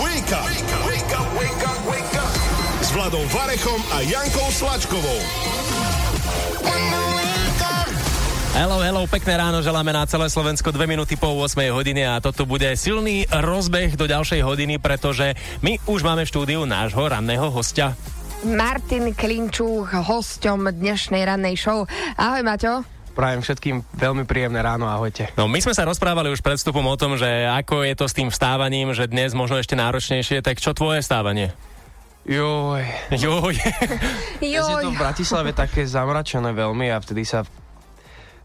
Wake up! Wake up, wake up, wake up! S Vladom Varechom a Jankou Slačkovou. Hello, hello, pekné ráno želáme na celé Slovensko 2 minúty po 8 hodine a toto bude silný rozbeh do ďalšej hodiny, pretože my už máme v štúdiu nášho ranného hostia. Martin Klinčúk, hosťom dnešnej rannej show. Ahoj, Maťo. Prajem všetkým veľmi príjemné ráno, ahojte. No my sme sa rozprávali už pred vstupom o tom, že ako je to s tým vstávaním, že dnes možno ešte náročnejšie, tak čo tvoje stávanie? Joj, Joj, dnes je to v Bratislave také zamračené veľmi a vtedy sa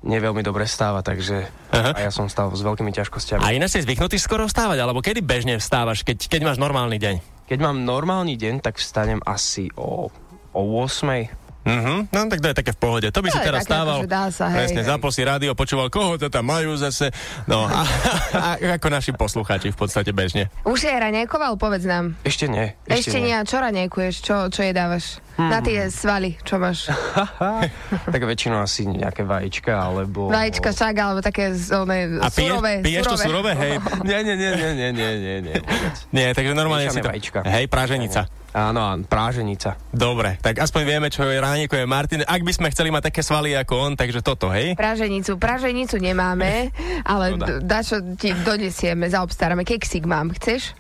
neveľmi dobre stáva, takže Aha. a ja som stal s veľkými ťažkosťami. a ináč si zvyknutý skoro vstávať, alebo kedy bežne vstávaš, keď, keď máš normálny deň? Keď mám normálny deň, tak vstanem asi o, o 8. Mhm, no tak to je také v pohode. To by To si je teraz také, stával. akože dá sa, hej, presne, hej. zapol si rádio, počúval, koho to tam majú zase. No a, a ako naši poslucháči v podstate bežne. Už si aj ranejkoval, povedz nám. Ešte nie. Ešte, nie. A Čo ranejkuješ? Čo, čo jej dávaš? Hmm. Na tie svaly, čo máš? Tak väčšinou asi nejaké vajíčka, alebo... Vajíčka, šak, alebo také z- one, A pije, surové. piješ to surové? Hej. Nie, nie, nie, nie, nie, nie, nie, nie. vôbec. Nie, takže normálne Miešané si to... vajíčka. Hej, práženica. Áno, áno, práženica. Dobre, tak aspoň vieme, čo je rániko je Martin. Ak by sme chceli mať také svaly ako on, takže toto, hej? Praženicu. Praženicu nemáme, ale Škoda. d- dačo ti donesieme, zaobstaráme. Keksik mám, chceš?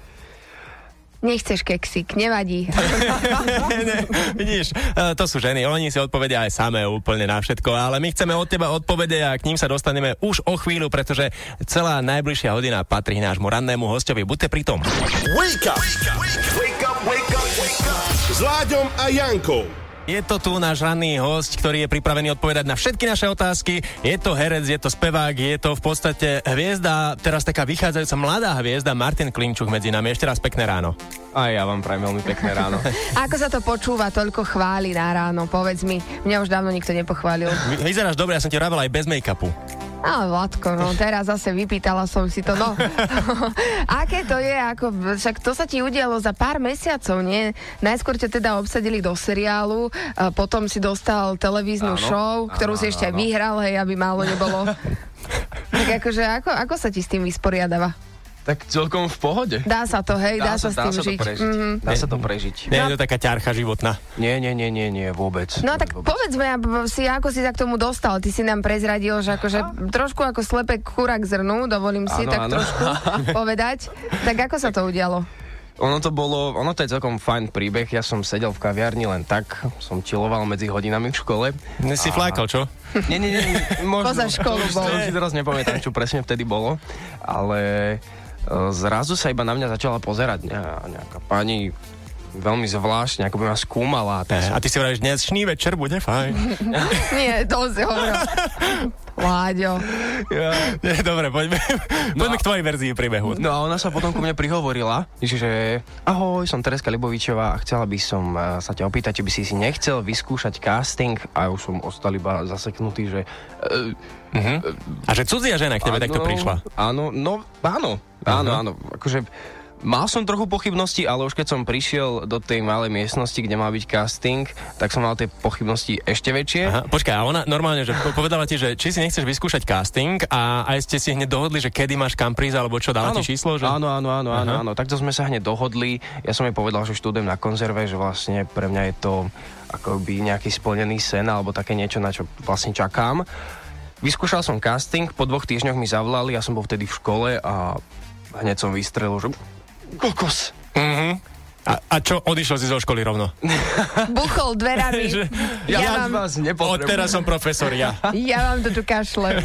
Nechceš keksik, nevadí. Ne, Vidíš, e, to sú ženy, oni si odpovedia aj samé úplne na všetko, ale my chceme od teba odpovede a k ním sa dostaneme už o chvíľu, pretože celá najbližšia hodina patrí nášmu rannému hostovi. Buďte pri tom. Wake up! Wake up, wake up, wake up! S Láďom a Jankou. Je to tu náš ranný host, ktorý je pripravený odpovedať na všetky naše otázky. Je to herec, je to spevák, je to v podstate hviezda, teraz taká vychádzajúca mladá hviezda Martin Klinčuk medzi nami. Ešte raz pekné ráno. A ja vám prajem veľmi pekné ráno. Ako sa to počúva, toľko chváli na ráno, povedz mi. Mňa už dávno nikto nepochválil. Vy- Vyzeráš dobre, ja som ti vravel aj bez make-upu. Ale Vládko, no teraz zase vypýtala som si to, no. Aké to je, ako, však to sa ti udialo za pár mesiacov, nie? Najskôr ťa teda obsadili do seriálu, a potom si dostal televíznu Áno, show, ktorú áno, si ešte aj áno. vyhral, hej, aby málo nebolo. tak akože, ako, ako sa ti s tým vysporiadava? tak celkom v pohode. Dá sa to, hej, dá, sa, s tým dá sa to žiť. prežiť. Mhm. Dá sa to prežiť. Nie je to taká ťarcha životná. Nie, nie, nie, nie, nie, vôbec. No a tak vôbec. povedzme ab- si, ako si sa k tomu dostal. Ty si nám prezradil, že akože trošku ako slepe kura k zrnu, dovolím si Áno, tak áno. trošku povedať. Tak ako sa to udialo? Ono to bolo, ono to je celkom fajn príbeh. Ja som sedel v kaviarni len tak, som čiloval medzi hodinami v škole. Dnes si A- flákal, čo? Nie, nie, nie, možno. Poza školu to, bol. už si teraz nepamätám, čo presne vtedy bolo, ale e, zrazu sa iba na mňa začala pozerať ne- nejaká pani veľmi zvláštne, ako by ma skúmala. Tak som A ty si vravíš, dnešný večer bude fajn. Nie, to si hovoril. Láďo. Nie, Dobre, poďme, No poďme a- k tvojej verzii príbehu. No a ona sa potom ku mne prihovorila, že ahoj, som Tereska Libovičová a chcela by som eh, sa ťa opýtať, či by si si nechcel vyskúšať casting a ja už som ostal iba zaseknutý, že... Uh, A že cudzia žena k tebe takto prišla. Mhm. Áno, no áno, áno, Aha. áno, akože Mal som trochu pochybnosti, ale už keď som prišiel do tej malej miestnosti, kde mal byť casting, tak som mal tie pochybnosti ešte väčšie. Aha, počkaj, a ona normálne, že po- povedala ti, že či si nechceš vyskúšať casting a aj ste si hneď dohodli, že kedy máš kam prísť, alebo čo, dala ti číslo? Že... Áno, áno, áno, áno, áno. Takto sme sa hneď dohodli. Ja som jej povedal, že študujem na konzerve, že vlastne pre mňa je to akoby nejaký splnený sen alebo také niečo, na čo vlastne čakám. Vyskúšal som casting, po dvoch týždňoch mi zavolali, ja som bol vtedy v škole a hneď som vystrelil, že kokos. Mhm. A, a čo, odišiel si zo školy rovno? Buchol dverami. Že- Ja, Ja, vám, vás nepotrebujem. Odteraz som profesor, ja. ja vám to tu kašlem.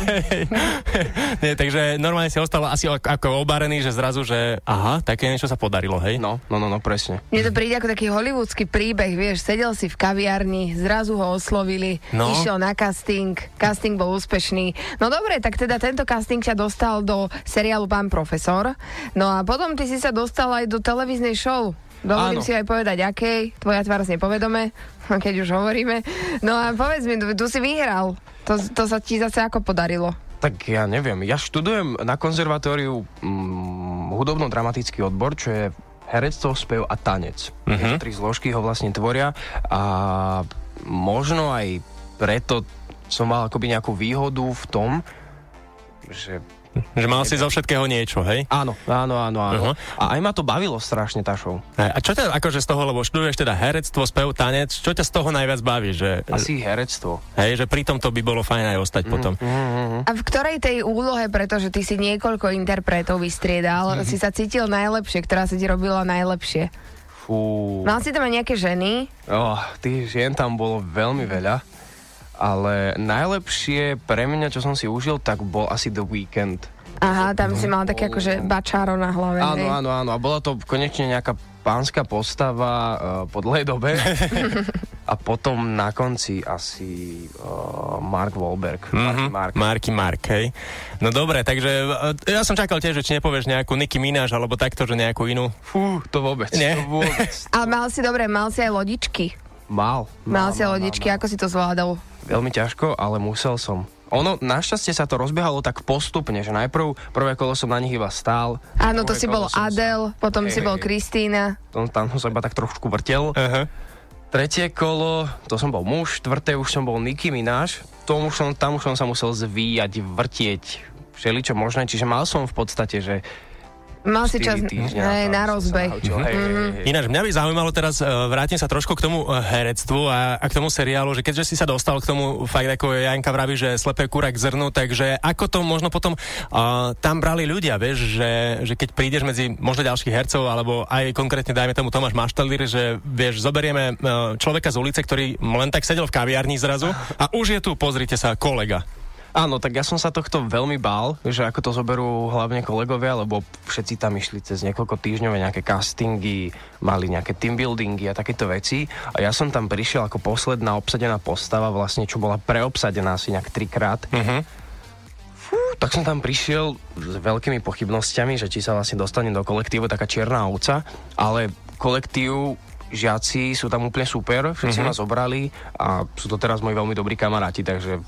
Nie, takže normálne si ostal asi ak- ako obarený, že zrazu, že aha, také niečo sa podarilo, hej? No, no, no, no, presne. Mne to príde ako taký hollywoodsky príbeh, vieš, sedel si v kaviarni, zrazu ho oslovili, No. no. išiel na casting, casting bol úspešný. No dobre, tak teda tento casting ťa dostal do seriálu Pán profesor, no a potom ty si sa dostal aj do televíznej show. Dovolím Áno. si aj povedať, akej, tvoja tvár z nepovedome, keď už hovoríme. No a povedz mi, tu, tu si vyhral, to, to sa ti zase ako podarilo. Tak ja neviem, ja študujem na konzervatóriu mm, hudobno-dramatický odbor, čo je herectvo, spev a tanec. Uh-huh. Tri zložky ho vlastne tvoria a možno aj preto som mal akoby nejakú výhodu v tom, že Že mal si zo všetkého niečo, hej? Áno, áno, áno, áno. Aha. Uh-huh. A aj ma to bavilo strašne tá show. Hej, A čo ťa akože z toho, lebo študuješ teda herectvo, spev, tanec, čo ťa z toho najviac baví? Že, Asi Mhm. herectvo. hej, že pri tom to by bolo fajn aj ostať mm, potom. A v ktorej tej úlohe, pretože ty si niekoľko interpretov vystriedal, si sa cítil najlepšie, ktorá sa ti robila najlepšie? Fú. Mal si tam aj nejaké ženy? Oh, tých žien tam bolo veľmi veľa, ale najlepšie pre mňa, čo som si užil, tak bol asi The Weekend. Aha, tam si mal také akože bačáro na hlave. Áno, hej? áno, áno. A bola to konečne nejaká pánska postava uh, po dlhej dobe. A potom na konci asi uh, Mark Wahlberg. Mhm, Marky Mark. Marky Mark, hej. No dobre, takže e, ja som čakal tiež, že či nepovieš nejakú Nicky Mináš, alebo takto, že nejakú inú. Fú, to vôbec. Nie. To vôbec. Ale mal si, dobre, mal si aj lodičky. Mal. Mal si lodičky, ako si to zvládal? Veľmi ťažko, ale musel som. Ono, našťastie sa to rozbiehalo tak postupne, že najprv prvé kolo som na nich iba stál. Áno, to druhé si kolo bol som sa- Adel, potom si Hej, bol hej. Kristína. Tam, tam som sa iba tak trošku vrtel. Aha. Tretie kolo, to som bol muž, štvrté už som bol Niky Mináš, tom už som, tam už som sa musel zvíjať, vrtieť, všeličo možné, čiže mal som v podstate, že Mal si 4 čas týždňa hej, tam na som sa rozbeh. Mhm. naučil. Hej, hej, hej, hej. Ináč, mňa by zaujímalo teraz, e, vrátim sa trošku k tomu e, herectvu a, a k tomu seriálu, že keďže si sa dostal k tomu, fakt ako Janka vraví, že slepé kura k zrnu, takže ako to možno potom uh, tam brali ľudia, vieš, že, že keď prídeš medzi možno ďalších hercov, alebo aj konkrétne dajme tomu Tomáš Maštalír, že vieš, zoberieme e, človeka z ulice, ktorý len tak sedel v kaviarni zrazu a už je tu, pozrite sa, kolega. Áno, tak ja som sa tohto veľmi bál, že ako to zoberú hlavne kolegovia, lebo všetci tam išli cez niekoľko týždňov nejaké castingy, mali nejaké teambuildingy a takéto veci. A ja som tam prišiel ako posledná obsadená postava, vlastne čo bola preobsadená asi nejak trikrát. Mhm. Fú, tak som tam prišiel s veľkými pochybnosťami, že či sa vlastne dostane do kolektívu taká čierna ovca, ale kolektív žiaci sú tam úplne super, všetci mm-hmm. ma zobrali a sú to teraz moji veľmi dobrí kamaráti, takže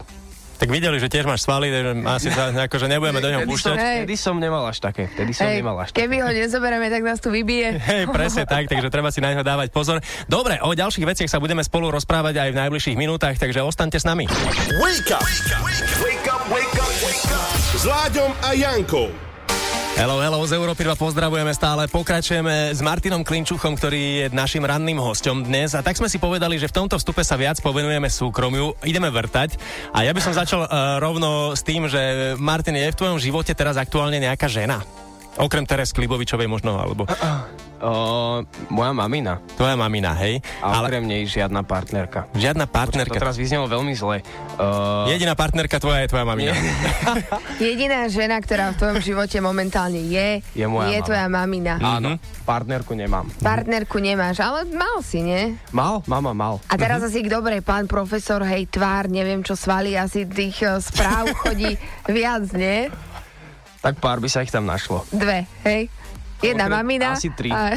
Tak videli, že tiež máš svaly, takže asi sa, akože nebudeme do neho Vtedy som, púšťať. Hej. vtedy som nemal až také, vtedy som Hej, nemal až také. keby ho nezoberieme, tak nás tu vybije. Hej, presne tak, takže treba si na ňo dávať pozor. Dobre, o ďalších veciach sa budeme spolu rozprávať aj v najbližších minútach, takže ostaňte s nami. Wake up! Wake up, wake up, wake up! S Láďom a Jankou. Hello, hello, z Európy 2 pozdravujeme stále, pokračujeme s Martinom Klinčuchom, ktorý je našim ranným hostom dnes a tak sme si povedali, že v tomto vstupe sa viac povenujeme súkromiu, ideme vrtať a ja by som začal uh, rovno s tým, že Martin, je v tvojom živote teraz aktuálne nejaká žena? Okrem Teres Klibovičovej možno, alebo O, moja mamina tvoja mamina, hej? a Ale okrem nej žiadna partnerka. žiadna To partnerka. teraz vyznelo veľmi zle. O, Jediná partnerka tvoja je tvoja mamina. Jediná žena, ktorá v tvojom živote momentálne je, Je moja mama. Mm. tvoja mamina. Mhm. áno, partnerku nemám. Partnerku nemáš, ale mal si, nie? Mal? Mama mal. A teraz asi k dobrej, pán profesor, hej, tvár, neviem čo svali, asi tých e, správ chodí viac, nie? Tak pár by sa ich tam našlo. Dve, hej? Jedna Konkrétne mamina. asi tri. A,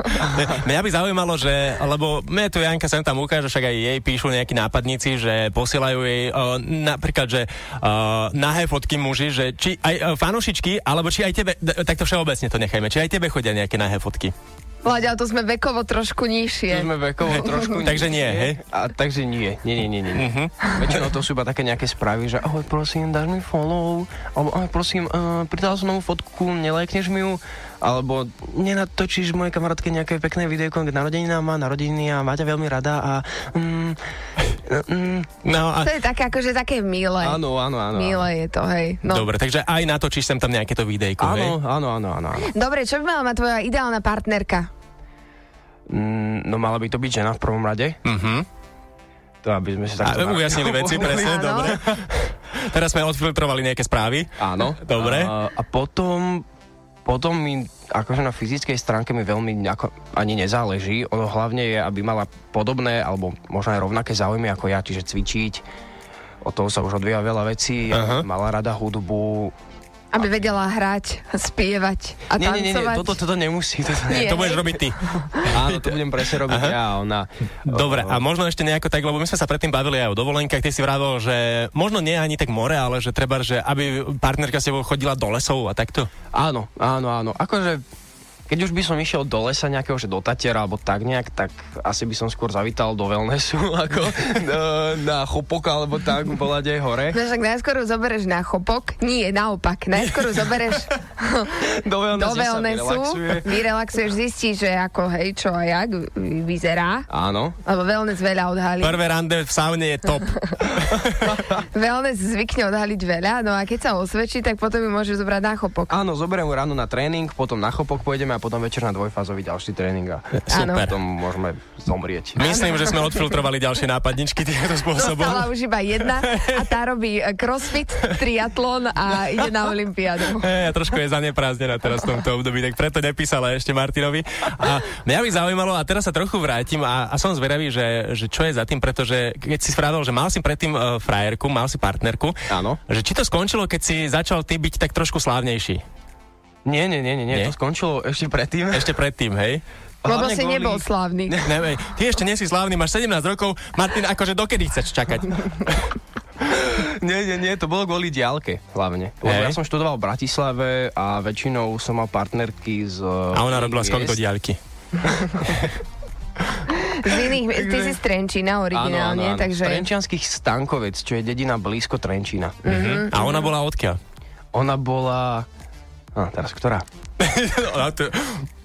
Mňa by zaujímalo, že, lebo mne tu Janka sem tam ukáže, však aj jej píšu nejakí nápadníci, že posielajú jej uh, napríklad, že uh, nahé fotky muži, že či aj uh, fanušičky, alebo či aj tebe, d- takto všeobecne to nechajme, či aj tebe chodia nejaké nahé fotky. Vlaďa, to sme vekovo trošku Tu nižšie. sme vekovo trošku Takže nie, nižšie. hej? Mhm. A, takže nie, nie, nie, nie, nie. Uh-huh. Väčšinou to sú iba také nejaké správy, že ahoj, prosím, dáš mi follow, alebo ahoj, prosím, uh, pridal som novú fotku, nelajkneš mi ju, alebo nenatočíš mojej kamarátke nejaké pekné videjko k narodeninám má narodeniny a má ťa veľmi rada a... Mm, mm, No a To je také akože také milé. áno, no. áno, áno. áno. Milé je to, hej. no. No. dobre, takže aj natočíš sem tam nejaké to videjko, hej? Áno, áno, áno, áno. áno. Dobre, čo by mala mať tvoja ideálna partnerka? Mm, no mala by to byť žena v prvom rade, Mhm. to aby sme si A e, takto... na- ujasnili veci, presne, Áno. dobre. Teraz sme odfiltrovali nejaké správy. Áno. Dobre. A, a potom, potom mi, akože na fyzickej stránke mi veľmi ako, ani nezáleží. Ono hlavne je, aby mala podobné, alebo možno aj rovnaké záujmy ako ja, čiže cvičiť. Od toho sa už odvíja veľa vecí. Aha. Mala rada hudbu. Aby vedela hrať, spievať a nie, tancovať. nie, nie, nie, toto, toto nemusí. Toto Nie. nie. To budeš robiť ty. Áno, to budem presne robiť ja a ona. Dobre, O, a možno ešte nejako tak, lebo my sme sa predtým bavili aj o dovolenkách, ty si vravel, že možno nie ani tak more, ale že treba, že aby partnerka s tebou chodila do lesov a takto. Áno, áno, áno. Akože Keď už by som išiel do lesa nejakého, že do Tatera alebo tak nejak, tak asi by som skôr zavítal do wellnessu, ako na- na chopok alebo tak, v Bolade hore. No však najskôr ju zoberieš na chopok. Nie, naopak. Najskôr ju zoberieš do Do wellnessu, sa wellnessu, relaxuje. vyrelaxuješ, zistíš, že ako hej, čo a jak vy- vyzerá. Áno. Lebo wellness veľa odhalí. Prvé rande v saune je top. Wellness zvykne odhaliť veľa, no a keď sa osvedčí, tak potom ju môže zobrať na chopok. Áno, zoberiem ho ráno na tréning, potom na chopok pôjdeme a potom večer na dvojfázový ďalší tréning a Super. potom môžeme zomrieť. Myslím, že sme odfiltrovali ďalšie nápadničky týmto Zostala spôsobom. už iba jedna a tá robí eh, crossfit, triatlon a ide na olympiádu. E, trošku je zaneprázdnená teraz v tomto období, tak preto nepísala ešte Martinovi. A mňa by zaujímalo, a teraz sa trochu vrátim a, a som zvedavý, že, že čo je za tým, pretože keď si spravil, že mal si predtým uh, frajerku, mal si partnerku, Áno. že či to skončilo, keď si začal ty byť tak trošku slávnejší? Nie, nie, nie, nie, nie, Nie? to skončilo ešte predtým. Ešte predtým, hej? Lebo Hlavne si kvôli- nebol slávny. Nevej, ty ešte nie si slávny, máš 17 rokov, Martin, akože dokedy chceš čakať? Nie, nie, nie, to bolo kvôli diálke hlavne. Lebo Hej. ja som študoval v Bratislave a väčšinou som mal partnerky z... e, A ona robila skok do diaľky. Z iných, ty si z Trenčína originálne, takže... Z Trenčianských Stankovec, čo je dedina blízko Trenčína. Mhm. Mm-hmm. A ona bola odkiaľ? Ona bola... A teraz ktorá? Ona to-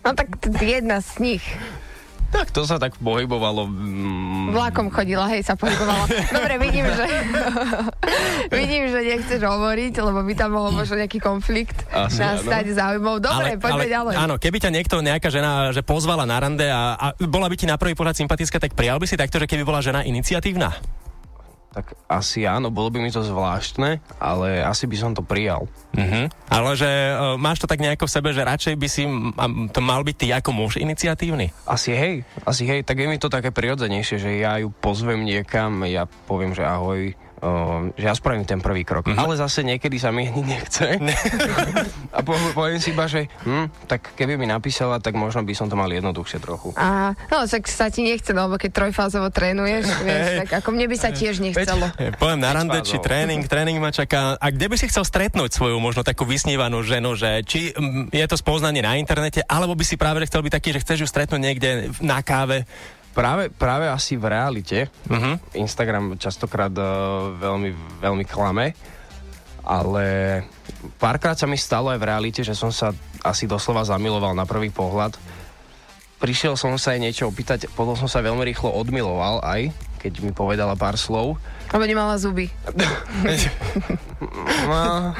No tak t- jedna z nich. Tak to sa tak pohybovalo... mm, Vlakom chodila, hej, sa pohybovala. Dobre, vidím, že... vidím, že nechceš hovoriť, lebo by tam mohol možno nejaký konflikt Asi, nastať záujmov. Dobre, poďme ďalej. Áno, keby ťa niekto, nejaká žena, že pozvala na rande a, a bola by ti na prvý pohľad sympatická, tak prijal by si takto, že keby bola žena iniciatívna? Tak asi áno, bolo by mi to zvláštne, ale asi by som to prijal. Mhm. Ale že uh, máš to tak nejako v sebe, že radšej by si m- a- to mal byť ty ako muž iniciatívny. Asi hej, asi hej, tak je mi to také prirodzenejšie, že ja ju pozvem niekam, ja poviem, že ahoj, ehm, že ja spravím ten prvý krok. Mm-hmm. Ale zase niekedy sa mi ani nechce. a po, poviem si iba, že hm, tak keby mi napísala, tak možno by som to mal jednoduchšie trochu. Aha, no však sa ti nechce, no, lebo keď trojfázovo trénuješ, vieš, tak ako mne by sa tiež nechcelo. Eh, Poviem na rande, či fázou. tréning, tréning ma čaká. A kde by si chcel stretnúť svoju možno takú vysnívanú ženu, že či mm, je to spoznanie na internete, alebo by si práve chcel byť taký, že chceš ju stretnúť niekde v- na káve? Práve, práve asi v realite. Mhm. Instagram častokrát eh, veľmi, veľmi klame, ale párkrát sa mi stalo aj v realite, že som sa asi doslova zamiloval na prvý pohľad. Prišiel som sa aj niečo opýtať, potom som sa veľmi rýchlo odmiloval aj, keď mi povedala pár slov. Lebo nemala zuby. No,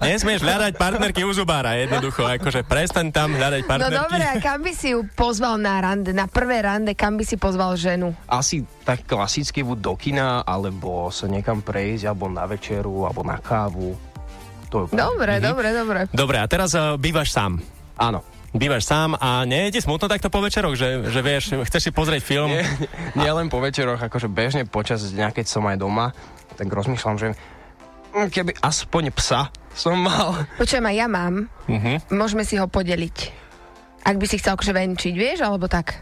Nesmieš hľadať partnerky u zubára, jednoducho. Akože prestaň tam hľadať No partnerky. dobre, a kam by si ju pozval na rande, na prvé rande, kam by si pozval ženu? asi tak klasicky buď do kina, alebo sa niekam prejsť, alebo na večeru, alebo na kávu. To Mhm. je... Dobre, dobre, dobre. Dobre, a teraz uh, bývaš sám. Áno. Bývaš sám a nie je ti smutno takto po večeroch, že, že vieš, chceš si pozrieť film? Nie, nie len po večeroch, akože bežne počas dňa, keď som aj doma, tak rozmýšľam, že mm, keby aspoň psa som mal. Počujem, aj ja mám. Mhm. Môžeme si ho podeliť. Ak by si chcel akože venčiť, vieš, alebo tak.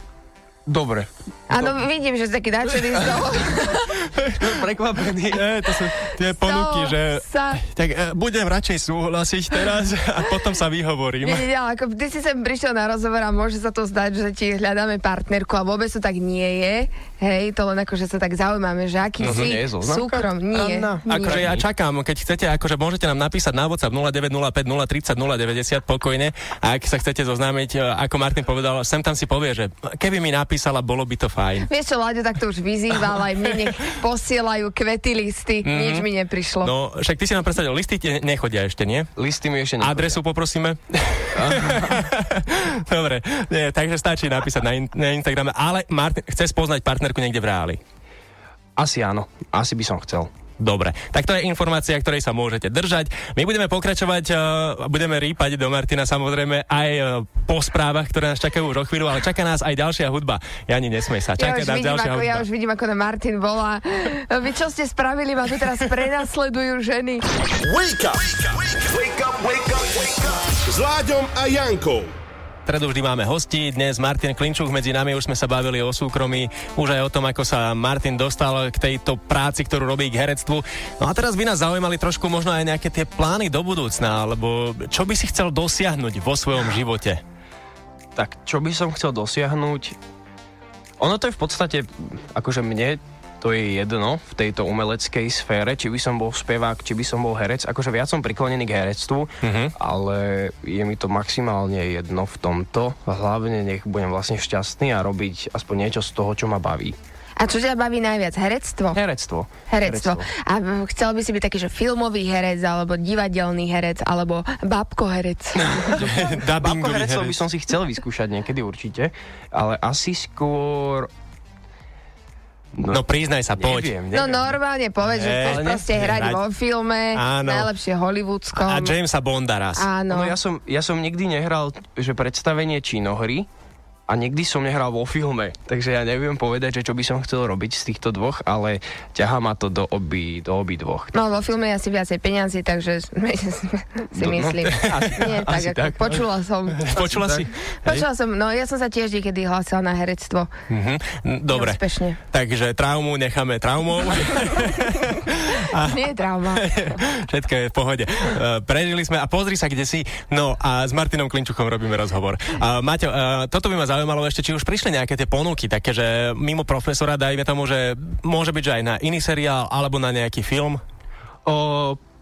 Dobre. Áno, No vidím, že si taký nadšený z toho. Prekvapený. Nie, to sú tie ponuky, z toho že... Sa... Tak e, budem radšej súhlasiť teraz a potom sa vyhovorím. Nie, nie, nie, ale ako ty si sem prišiel na rozhovor a môže sa to zdať, že ti hľadáme partnerku a vôbec to tak nie je. Hej, to len akože sa tak zaujímame, že aký No to si nie je zoznamka? súkrom. Nie, Anna, nie. Akože ja čakám, keď chcete, akože môžete nám napísať na WhatsApp 0905 030 090 pokojne a ak sa chcete zoznámiť, e, ako Martin povedal, sem tam si povie, že keby mi napísala, bolo by to fajn. Vieš čo, Láďo, tak to už vyzýval, aj mne nech posielajú kvety, listy, mm-hmm. nič mi neprišlo. No. No, však ty si nám predstavil, listy ti nechodia ešte, nie? Listy mi ešte nechodia. Adresu poprosíme. Dobre, nie, takže stačí napísať na, in- na Instagrame. Ale Martin, chce spoznať partnerku niekde v reáli. Asi áno. Asi by som chcel. Dobre, tak to je informácia, ktorej sa môžete držať. My budeme pokračovať, eh, a budeme rýpať do Martina samozrejme aj eh, po správach, ktoré nás čakajú už o chvíľu, ale čaká nás aj ďalšia hudba. Jani, nesmej sa, Ja čaká už, nás vidím, ďalšia ako, hudba. ja už vidím, ako na Martin volá. Vy čo ste spravili, ma tu teraz prenasledujú ženy. Wake up! Wake up, wake up, wake up! S Láďom a Jankou. Tredu vždy máme hosti, dnes Martin Klinčuk medzi nami, už sme sa bavili o súkromí, už aj o tom, ako sa Martin dostal k tejto práci, ktorú robí k herectvu. No a teraz by nás zaujímali trošku možno aj nejaké tie plány do budúcna, alebo čo by si chcel dosiahnuť vo svojom živote. tak čo by som chcel dosiahnuť? Ono to je v podstate, akože mne to je jedno v tejto umeleckej sfére, či by som bol spevák, či by som bol herec. Akože viac som priklonený k herectvu, Mhm. ale je mi to maximálne jedno v tomto. Hlavne nech budem vlastne šťastný a robiť aspoň niečo z toho, čo ma baví. A čo ťa baví najviac? Herectvo? Herectvo. Herectvo. A mm, chcel by si byť taký, že filmový herec, alebo divadelný herec, alebo babko herec. Babko Dubbingový herectvo herec. by som si chcel vyskúšať niekedy určite, ale asi skôr... No priznaj sa, poď. Neviem, neviem. No normálne povedz, Ne, že chceš ale proste hrať hrať. vo filme, Áno. najlepšie hollywoodskom. A Jamesa Bonda raz. Áno. No ja som, ja som nikdy nehral, že predstavenie činohry a nikdy som nehral vo filme, takže ja neviem povedať, že čo by som chcel robiť z týchto dvoch, ale ťahá ma to do obi, do obi dvoch. No vo filme je asi viacej peňazí, takže si No, no, myslím. Nie, tak, asi ako, tak, no. počula som. Počula si? Počula som, no ja som sa tiež niekedy hlásila na herectvo. Mhm. N- Dobre. Úspešne. Takže traumu necháme traumou. Nie je trauma. No Všetko je v pohode. E, Prežili sme a pozri sa, kde si. No a s Martinom Klinčuchom robíme rozhovor. A Maťo, e, toto by ma zaujímalo ešte, či už prišli nejaké tie ponuky, také, že mimo profesora, dajme tomu, že môže byť, že aj na iný seriál alebo na nejaký film. O,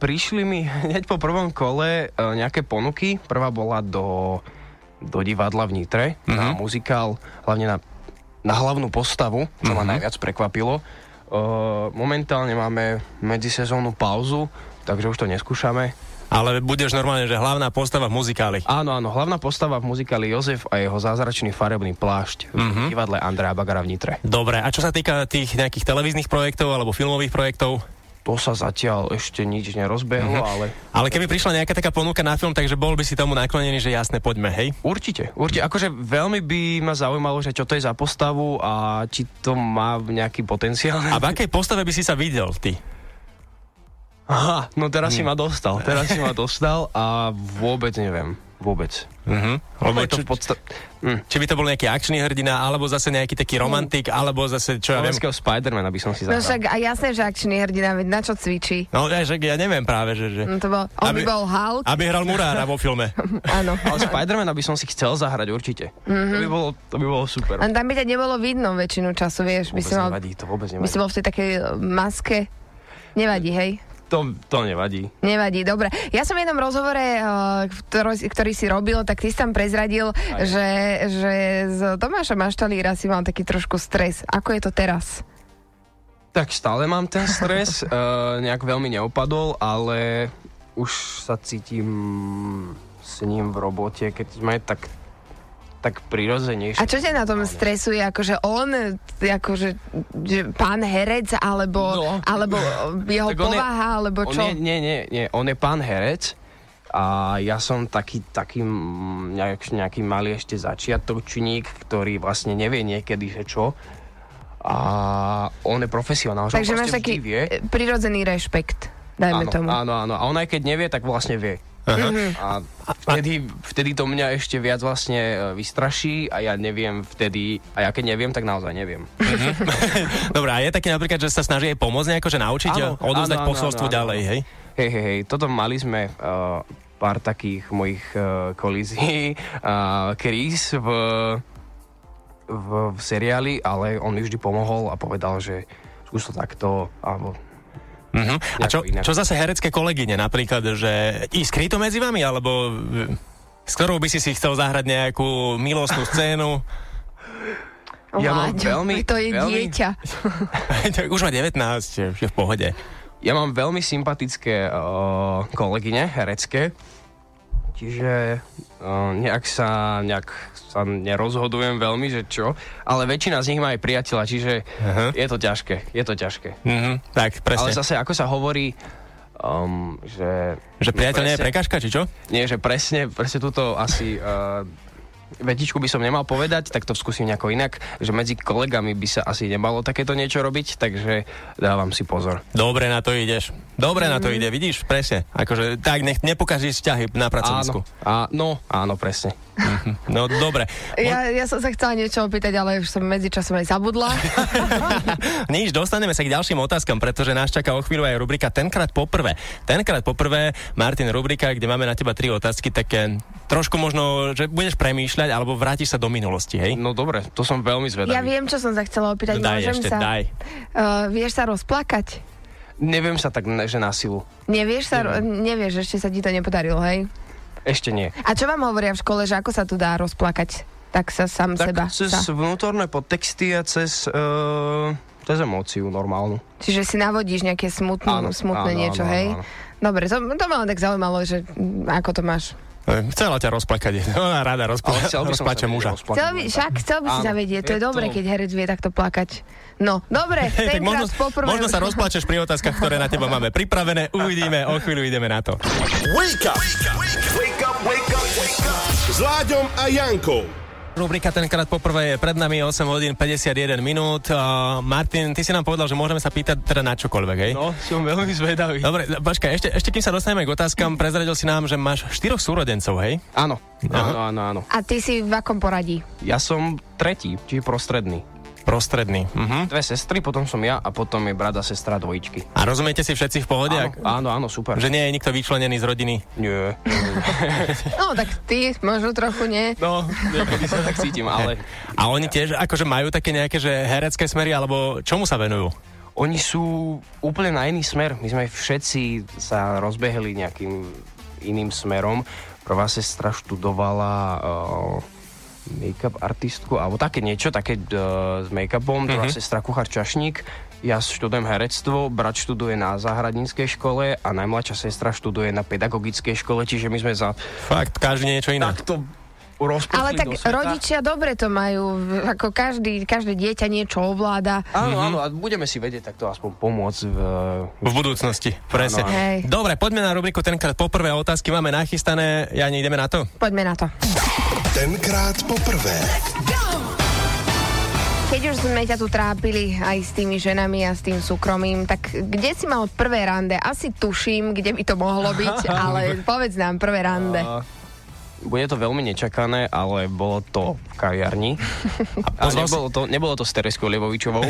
prišli mi hneď po prvom kole e, nejaké ponuky. Prvá bola do, do divadla v Nitre, mm-hmm. na muzikál, hlavne na, na hlavnú postavu, čo mm-hmm. ma najviac prekvapilo. E, momentálne máme medzisezónnu pauzu, takže už to neskúšame. Ale budeš normálne, že hlavná postava v muzikáli. Áno, áno, hlavná postava v muzikáli Jozef a jeho zázračný farebný plášť v mm-hmm. divadle Andrea Bagara v Nitre. Dobre, a čo sa týka tých nejakých televíznych projektov alebo filmových projektov? To sa zatiaľ ešte nič nerozbehlo, mm-hmm. ale Ale keby prišla nejaká taká ponuka na film, takže bol by si tomu naklonený, že jasne, poďme, hej? Určite, určite. Akože veľmi by ma zaujímalo, že čo to je za postavu a či to má nejaký potenciál. A v akej postave by si sa videl ty? Aha, no teraz si ma dostal, teraz si ma dostal a vôbec neviem, vôbec. Mhm. Lebo Lebo je to či, v podstate... Hm. či by to bol nejaký akčný hrdina, alebo zase nejaký taký romantik, alebo zase, čo ja viem. Slovenského Spidermana by som si No zahral. však, a jasné, že akčný hrdina, veď na čo cvičí? No, ja, že, ja neviem práve, že... že No to bol, on by Aby- bol Hulk, Aby hral Murára vo filme. áno. Ale Spidermana by som si chcel zahrať určite. Mhm. To, by bolo, to by bolo super. A tam by ťa nebolo vidno väčšinu času, vieš, by Vôbec si mal, nevadí, to vôbec by si nevadí. bol v tej takej eh, maske. Nevadí, hej? To, to nevadí. Nevadí, dobre. Ja som v jednom rozhovore, eh, ktorý, ktorý si robil, tak ty si tam prezradil, že, že z Tomáša Maštalíra si mal taký trošku stres. Ako je to teraz? Tak stále mám ten stres, e, nejak veľmi neopadol, ale už sa cítim s ním v robote, keď ma je tak, tak prirodzenejšie. A čo ťa na tom stresuje? Akože on, akože že pán herec, alebo, No. alebo jeho Tak on je- povaha, alebo on čo? je, nie, nie, nie, on je pán herec a ja som taký, taký mm, nejak, nejaký malý ešte začiatočník, ktorý vlastne nevie niekedy, že čo. A on je profesionál, že Takže on máš proste taký vždy vie. eh, prirodzený rešpekt, dajme áno, tomu. áno, áno. A on aj keď nevie, tak vlastne vie. A vtedy, vtedy to mňa ešte viac vlastne e, vystraší a ja neviem vtedy, a ja keď neviem, tak naozaj neviem. Dobre, a je taký napríklad, že sa snaží jej pomôcť nejako, že naučiť Áno, ťa odovzdať áno, áno, posolstvo áno, áno. ďalej, hej? Hej, hej, hej, toto mali sme uh, pár takých mojich uh, kolízií, uh, kríz v, v, v seriáli, ale on mi vždy pomohol a povedal, že skús to takto, alebo Mhm. A čo, Nejako inak. čo zase herecké kolegyne napríklad, že iskrý to medzi vami, alebo v- s ktorou by si si chcel zahrať nejakú milostnú scénu? Ja mám Láďo, veľmi- to je veľmi- dieťa. Tak Už má 19, je je v pohode. Ja mám veľmi sympatické uh, kolegyne herecké, čiže uh, nejak, sa, nejak sa nerozhodujem veľmi, že čo, ale väčšina z nich má aj priateľa, čiže Aha. je to ťažké, je to ťažké. Mhm. Tak, Ale presne. zase ako sa hovorí, um, že... Že priateľ nie je presne- prekažka, či čo? Nie, že presne, presne túto asi... Uh, vetičku by som nemal povedať, tak to skúsim nejako inak, že medzi kolegami by sa asi nemalo takéto niečo robiť, takže dávam si pozor. Dobre na to ideš. Dobre na to Mhm. ide, vidíš? Presne. Akože tak nech nepokažíš vzťahy na pracovisku. Á, no, áno, presne. No dobre. Ja, ja som sa chcela niečo opýtať, ale už som medzičasom aj zabudla. Nič, dostaneme sa k ďalším otázkam, pretože nás čaká o chvíľu aj rubrika Tenkrát poprvé. Tenkrát poprvé, Martin, rubrika, kde máme na teba tri otázky, také trošku možno, že budeš premýšľať alebo vrátiš sa do minulosti, hej? No dobre, to som veľmi zvedavý. Ja viem, čo som sa chcela opýtať. No daj Môžem ešte, sa, daj. Uh, vieš sa rozplakať? Neviem sa tak, ne- že na silu. Nevieš sa, ro- nevieš, ešte sa ti to nepodarilo, hej? Ešte nie. A čo vám hovoria v škole, že ako sa tu dá rozplakať? Tak sa sám Tak seba. cez Sa. vnútorné podtexty a cez, uh, cez emóciu normálnu. Čiže si navodíš nejaké smutnú, Áno, smutné áno, niečo, áno, hej? áno. Dobre, to, to ma len tak zaujímalo, že mm, ako to máš. Eh, Chcela ťa rozplakať. Ona rada Ale rozpla- chcel by som rozplače vedieť muža. rozplakať. Chcel by, však chcel by si Áno, sa vedieť, to je je, dobre, to- keď herec vie takto plakať. No, dobre, Hej, tak možno, tenkrát poprvé... možno sa už- rozplačeš pri otázkach, ktoré na teba máme pripravené. Uvidíme, o chvíľu ideme na to. Wake up! Wake up, wake up, wake up! S Láďom a Jankou. Rubrika tenkrát poprvé je pred nami 8 hodín 51 minút. Uh, Martin, ty si nám povedal, že môžeme sa pýtať teda na čokoľvek, hej? No, som veľmi zvedavý. Dobre, počkaj, ešte, ešte kým sa dostaneme k otázkam, prezradil si nám, že máš štyroch súrodencov, hej? Áno, áno, áno, áno. A ty si v akom poradí? Ja som tretí, čiže prostredný. Prostredný. Uh-huh. Dve sestry, potom som ja a potom je brat a sestra dvojičky. A rozumiete si všetci v pohode? Áno, Ak, áno, áno, super. že nie je nikto vyčlenený z rodiny? Nie. No, tak ty možno trochu nie. No, niekedy sa tak cítim, ale A oni tiež akože majú také nejaké, že herecké smery, alebo čomu sa venujú? oni sú úplne na iný smer. My sme všetci sa rozbehli nejakým iným smerom. Prvá sestra študovala eh, make-up artistku, alebo také niečo, také eh, s make-upom. Druhá sestra kuchár čašník. Ja študujem herectvo, brat študuje na záhradníckej škole a najmladšia sestra študuje na pedagogickej škole, čiže my sme za Fakt, každý niečo iné. takto rozpustili Ale tak do sveta. rodičia dobre to majú, v- ako každý, každé dieťa niečo ovláda. Áno, áno, a budeme si vedieť takto aspoň pomôcť v... V budúcnosti, presne. Áno, áno. Hej. Dobre, poďme na rubriku tenkrát poprvé. Otázky máme nachystané. Ja ideme na to? Poďme na to. Tenkrát poprvé. Keď už sme ťa tu trápili aj s tými ženami a s tým súkromím, tak kde si mal prvé rande? Asi tuším, kde by to mohlo byť, ale povedz nám prvé rande. Bude to veľmi nečakané, ale bolo to v kaviarni. pozval A si- nebolo, to, nebolo to s Tereskou Levovičovou,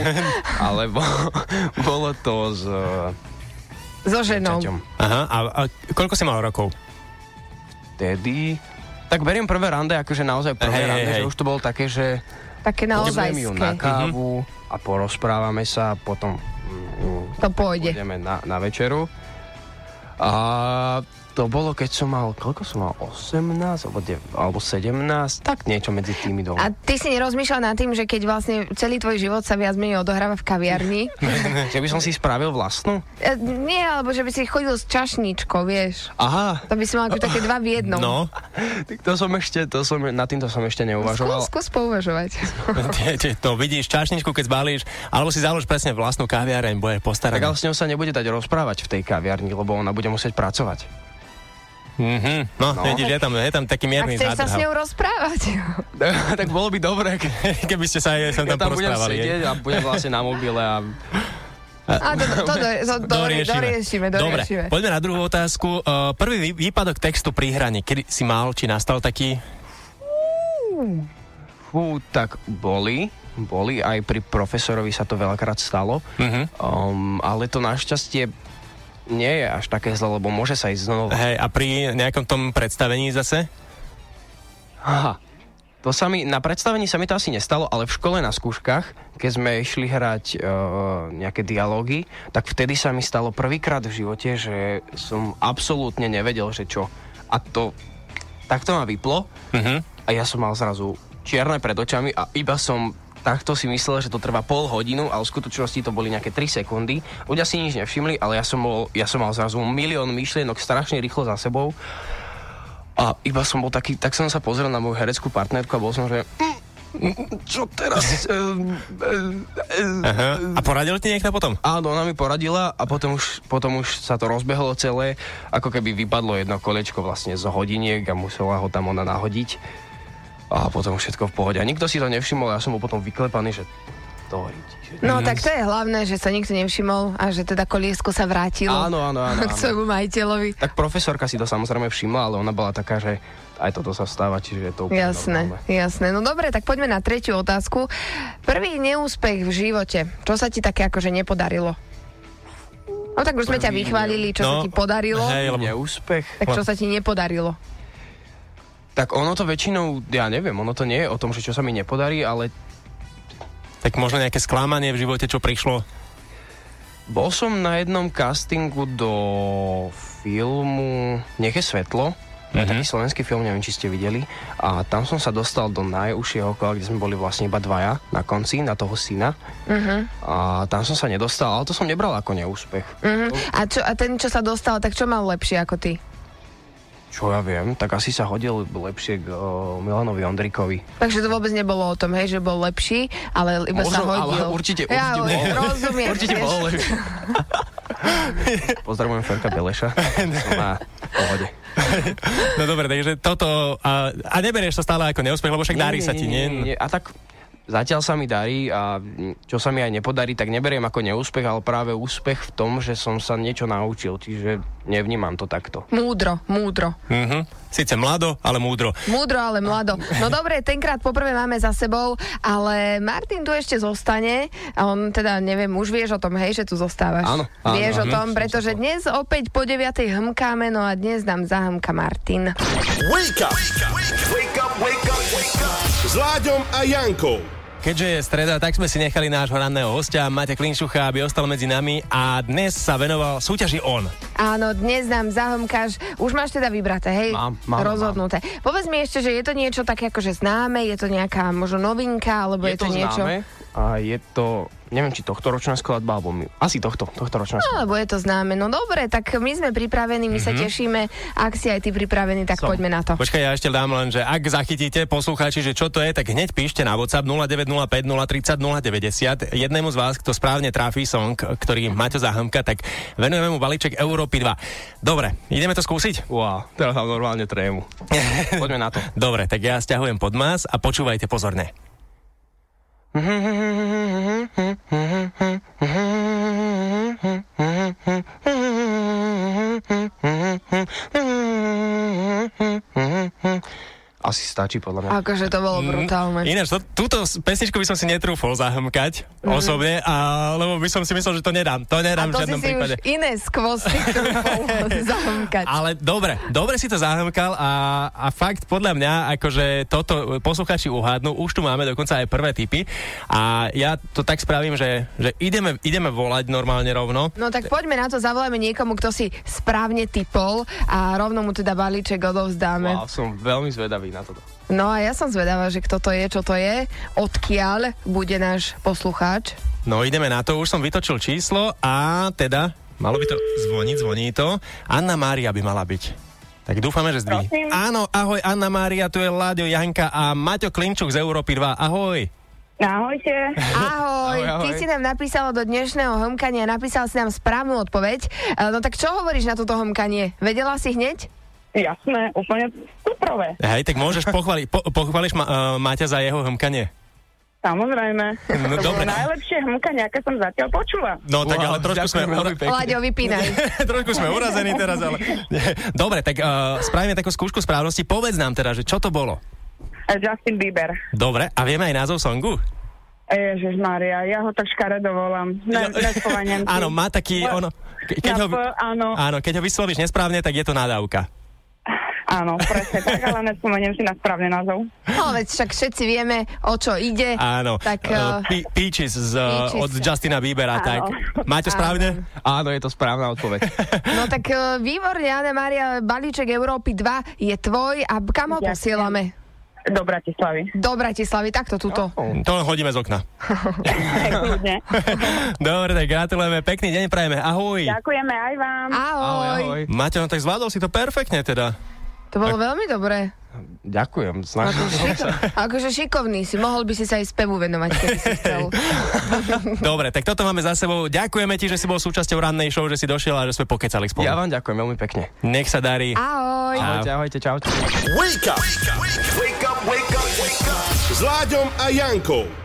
ale bo- bolo to s eh, So ženou. Čaťom. Aha, a, a koľko si mal rokov? Tedy... Tak beriem prvé rande, akože naozaj prvé Hej, hej, rande, že hej. Mhm. už to bolo také, že Také pozvem ju na naozajské. kávu a porozprávame sa a potom mm, To pôjde. ideme na, na večeru. A to bolo, keď som mal, koľko som mal, 18 alebo, dev, alebo 17, tak niečo medzi tými dole. A ty si nerozmýšľal nad tým, že keď vlastne celý tvoj život sa viac menej odohráva v kaviarni? Že by som si spravil vlastnú? E, Nie, alebo že by si chodil s čašničkou, vieš. Aha, To by si mal ako také dva v jednom. No, tak to som ešte, to som, nad týmto som ešte neuvažoval. Skús, skús pouvažovať. tie- tie- to vidíš, čašničku, keď zbalíš, alebo si založ presne vlastnú kaviareň, bude Tak postaraná. ale s ňou sa nebude dať rozprávať v tej kaviarni, lebo ona bude musieť pracovať. Mhm, no, No. vidíš, je tam, je tam taký A mierny chceš sa s zádrhel. ňou rozprávať? tak bolo by dobré, keď Keby ste sa aj sem tam, ja tam budem porozprávali. hej. sedieť a budem vlastne na mobile a A to, to, do, to do, doriešime, doriešime. Dobre, poďme na druhú otázku. Uh, prvý vý- výpadok textu pri hraní, kedy si mal, či nastal taký? Fú, tak boli, boli, aj pri profesorovi sa to veľakrát stalo, Mhm. um, ale to našťastie nie je až také zle, lebo môže sa ísť znovu. Hej, a pri nejakom tom predstavení zase? Aha. To sa mi, na predstavení sa mi to asi nestalo, ale v škole na skúškach, keď sme išli hrať e, nejaké dialógy, tak vtedy sa mi stalo prvýkrát v živote, že som absolútne nevedel, že čo. A to, tak to ma vyplo Mhm. a ja som mal zrazu čierne pred očami a iba som takto si myslel, že to trvá pol hodinu, ale v skutočnosti to boli nejaké 3 sekundy. Ľudia si nič nevšimli, ale ja som, bol, ja som mal zrazu milión myšlienok strašne rýchlo za sebou. A iba som bol taký, tak som sa pozrel na moju hereckú partnerku a bol som, že... "Mm, mm, Čo teraz? Ehm, ehm, ehm." Aha. A poradil ti niekto potom? Áno, ona mi poradila a potom už, potom už sa to rozbehlo celé, ako keby vypadlo jedno kolečko vlastne z hodiniek a musela ho tam ona nahodiť. A potom už všetko v pohode. A nikto si to nevšimol, ja som bol potom vyklepaný, že to horí ti, že- No tak to je hlavné, že sa nikto nevšimol a že teda koliesko sa vrátilo Áno, áno, áno. k áno. svojmu majiteľovi. Tak profesorka si to samozrejme všimla, ale ona bola taká, že aj toto sa stáva, čiže je to úplne Jasné, normálne. jasné. No dobre, tak poďme na tretiu otázku. Prvý neúspech v živote. Čo sa ti také akože nepodarilo? No tak už sme ťa Prvý vychválili, čo no, sa ti podarilo. Hej, lebo Neúspech. Tak čo sa ti nepodarilo? Tak ono to väčšinou, ja neviem, ono to nie je o tom, že čo sa mi nepodarí, ale Tak možno nejaké sklamanie v živote, čo prišlo? Bol som na jednom castingu do filmu Nech je svetlo. Mm-hmm. Taký slovenský film, neviem, či ste videli. A tam som sa dostal do najúžšieho kola, kde sme boli vlastne iba dvaja na konci, na toho syna. Mm-hmm. A tam som sa nedostal, ale to som nebral ako neúspech. Mhm. A, čo, a ten, čo sa dostal, tak čo mal lepšie ako ty? Čo ja viem, tak asi sa hodil lepšie k o, Milanovi Ondrikovi. Takže to vôbec nebolo o tom, hej, že bol lepší, ale iba sa Možno, ale hodil. určite- ja, určite bol. Rozumiem. Určite vieš. bol lepšie. Pozdravujem Ferka Beleša. Som na pohode. No dobre, takže toto... A, a neberieš to stále ako neúspech, lebo však darí sa ti, nie? nie. A tak zatiaľ sa mi darí a mm, čo sa mi aj nepodarí, tak neberiem ako neúspech, ale práve úspech v tom, že som sa niečo naučil, čiže nevnímam to takto. Múdro, múdro. Mhm. Sice mlado, ale múdro. Múdro, ale mlado. No dobre, tenkrát poprvé máme za sebou, ale Martin tu ešte zostane a on teda, neviem, už vieš o tom, hej, že tu zostávaš. Áno, áno, vieš o áno, tom, som pretože sa to- dnes opäť po 9. hmkáme, no a dnes nám zahmka Martin. Wake up! Wake up, wake up, wake up! S Láďom a Jankou. Keďže je streda, tak sme si nechali nášho ranného hostia, Mate Klinšucha, aby ostal medzi nami a dnes sa venoval súťaži on. Áno, dnes nám zahomkáš, už máš teda vybraté, hej? Mám, mám, Rozhodnuté. Mám. Povedz mi ešte, že je to niečo také akože známe, je to nejaká možno novinka, alebo je, to, niečo... známe a je to, neviem, či tohto ročná skladba, alebo mi, asi tohto, tohto ročná skladba. Alebo je to známe. No dobre, tak my sme pripravení, my Mhm. sa tešíme. Ak si aj ty pripravený, tak poďme na to. Počkaj, ja ešte dám len, že ak zachytíte poslucháči, že čo to je, tak hneď píšte na WhatsApp 0905 030 090. Jednému z vás, kto správne trafí song, ktorý Maťo zahmka, tak venujeme mu balíček Európy 2. Dobre, ideme to skúsiť? Wow, teraz mám normálne trému. Poďme na to. Dobre, tak ja stiahujem podmas a počúvajte pozorne. Asi stačí podľa mňa. Akože to bolo brutálne. Ináč, to, túto s- pesničku by som si netrúfol zahmkať osobne, a, lebo by som si myslel, že to nedám. To Mhm. A nedám v to si žiadnom si prípade. už iné skvosty zahomkať. Ale dobre, dobre si to zahmkal a, a fakt podľa mňa, akože toto posluchači uhádnu, už tu máme dokonca aj prvé typy a ja to tak spravím, že, že ideme, ideme volať normálne rovno. No tak poďme na to, zavoláme niekomu, kto si správne typol a rovno mu teda balíček odovzdáme. Wow, som veľmi zvedavý na toto. No a ja som zvedavá, že kto to je, čo to je, odkiaľ bude náš poslucháč. No ideme na to, už som vytočil číslo a teda malo by to zvoniť, zvoní to. Anna Mária by mala byť. Tak dúfame, že zdvihne. Áno, ahoj Anna Mária, tu je Láďo Janka a Maťo Klinčuk z Európy 2. Ahoj. Ahojte. Ahoj, Ahoj, ty ahoj. si nám napísala do dnešného homkania, napísal si nám správnu odpoveď. E, No tak čo hovoríš na toto homkanie? Vedela si hneď? Jasné, úplne superové. Hej, tak môžeš pochváliť, po, pochváliš ma, uh, Maťa za jeho hmkanie. Samozrejme. No, to bolo dobre. najlepšie hmkanie, aké som zatiaľ počula. No tak Wow, ale trošku sme, ďakujem veľmi pekne. Láďo, vypínaj. trošku sme urazení teraz, ale... Dobre, tak uh, spravíme takú skúšku správnosti. Povedz nám teda, že čo to bolo. E, Justin Bieber. Dobre, a vieme aj názov songu? Ježiš Maria, ja ho tak škaredo volám. Ne, No, nespomeniem si. áno, má taký... Ono, ke- keď Na ho, P, áno. áno, keď ho vyslovíš nesprávne, tak je to nadávka. Áno, presne tak, ale nespomeniem si na správny názov. No veď však všetci vieme, o čo ide. Áno, Tak, eh, uh, Pe- Peaches, z, eh, Peaches. od Justina Biebera, Áno. tak. Máte správne? Áno, je to správna odpoveď. no tak uh, výborne, Anna Maria, balíček Európy 2 je tvoj a kam ho Ďakujem. posielame? Do Bratislavy. Do Bratislavy, takto tuto. To len hodíme z okna. Tak kľudne. Dobre, tak gratulujeme, pekný deň prajeme, ahoj. Ďakujeme aj vám. Ahoj, Ahoj. ahoj. Maťo, no tak zvládol si to perfektne teda. To bolo veľmi dobré. Ďakujem, snažil som Šiko- akože šikovný si, mohol by si sa aj spevu venovať, keby si chcel. Dobre, tak toto máme za sebou. Ďakujeme ti, že si bol súčasťou rannej show, že si došiel a že sme pokecali spolu. Ja vám ďakujem veľmi pekne. Nech sa darí. Ahoj. Ahojte, ahojte, čaute. Wake up! Wake up, wake up, wake up! S Láďom a Jankou.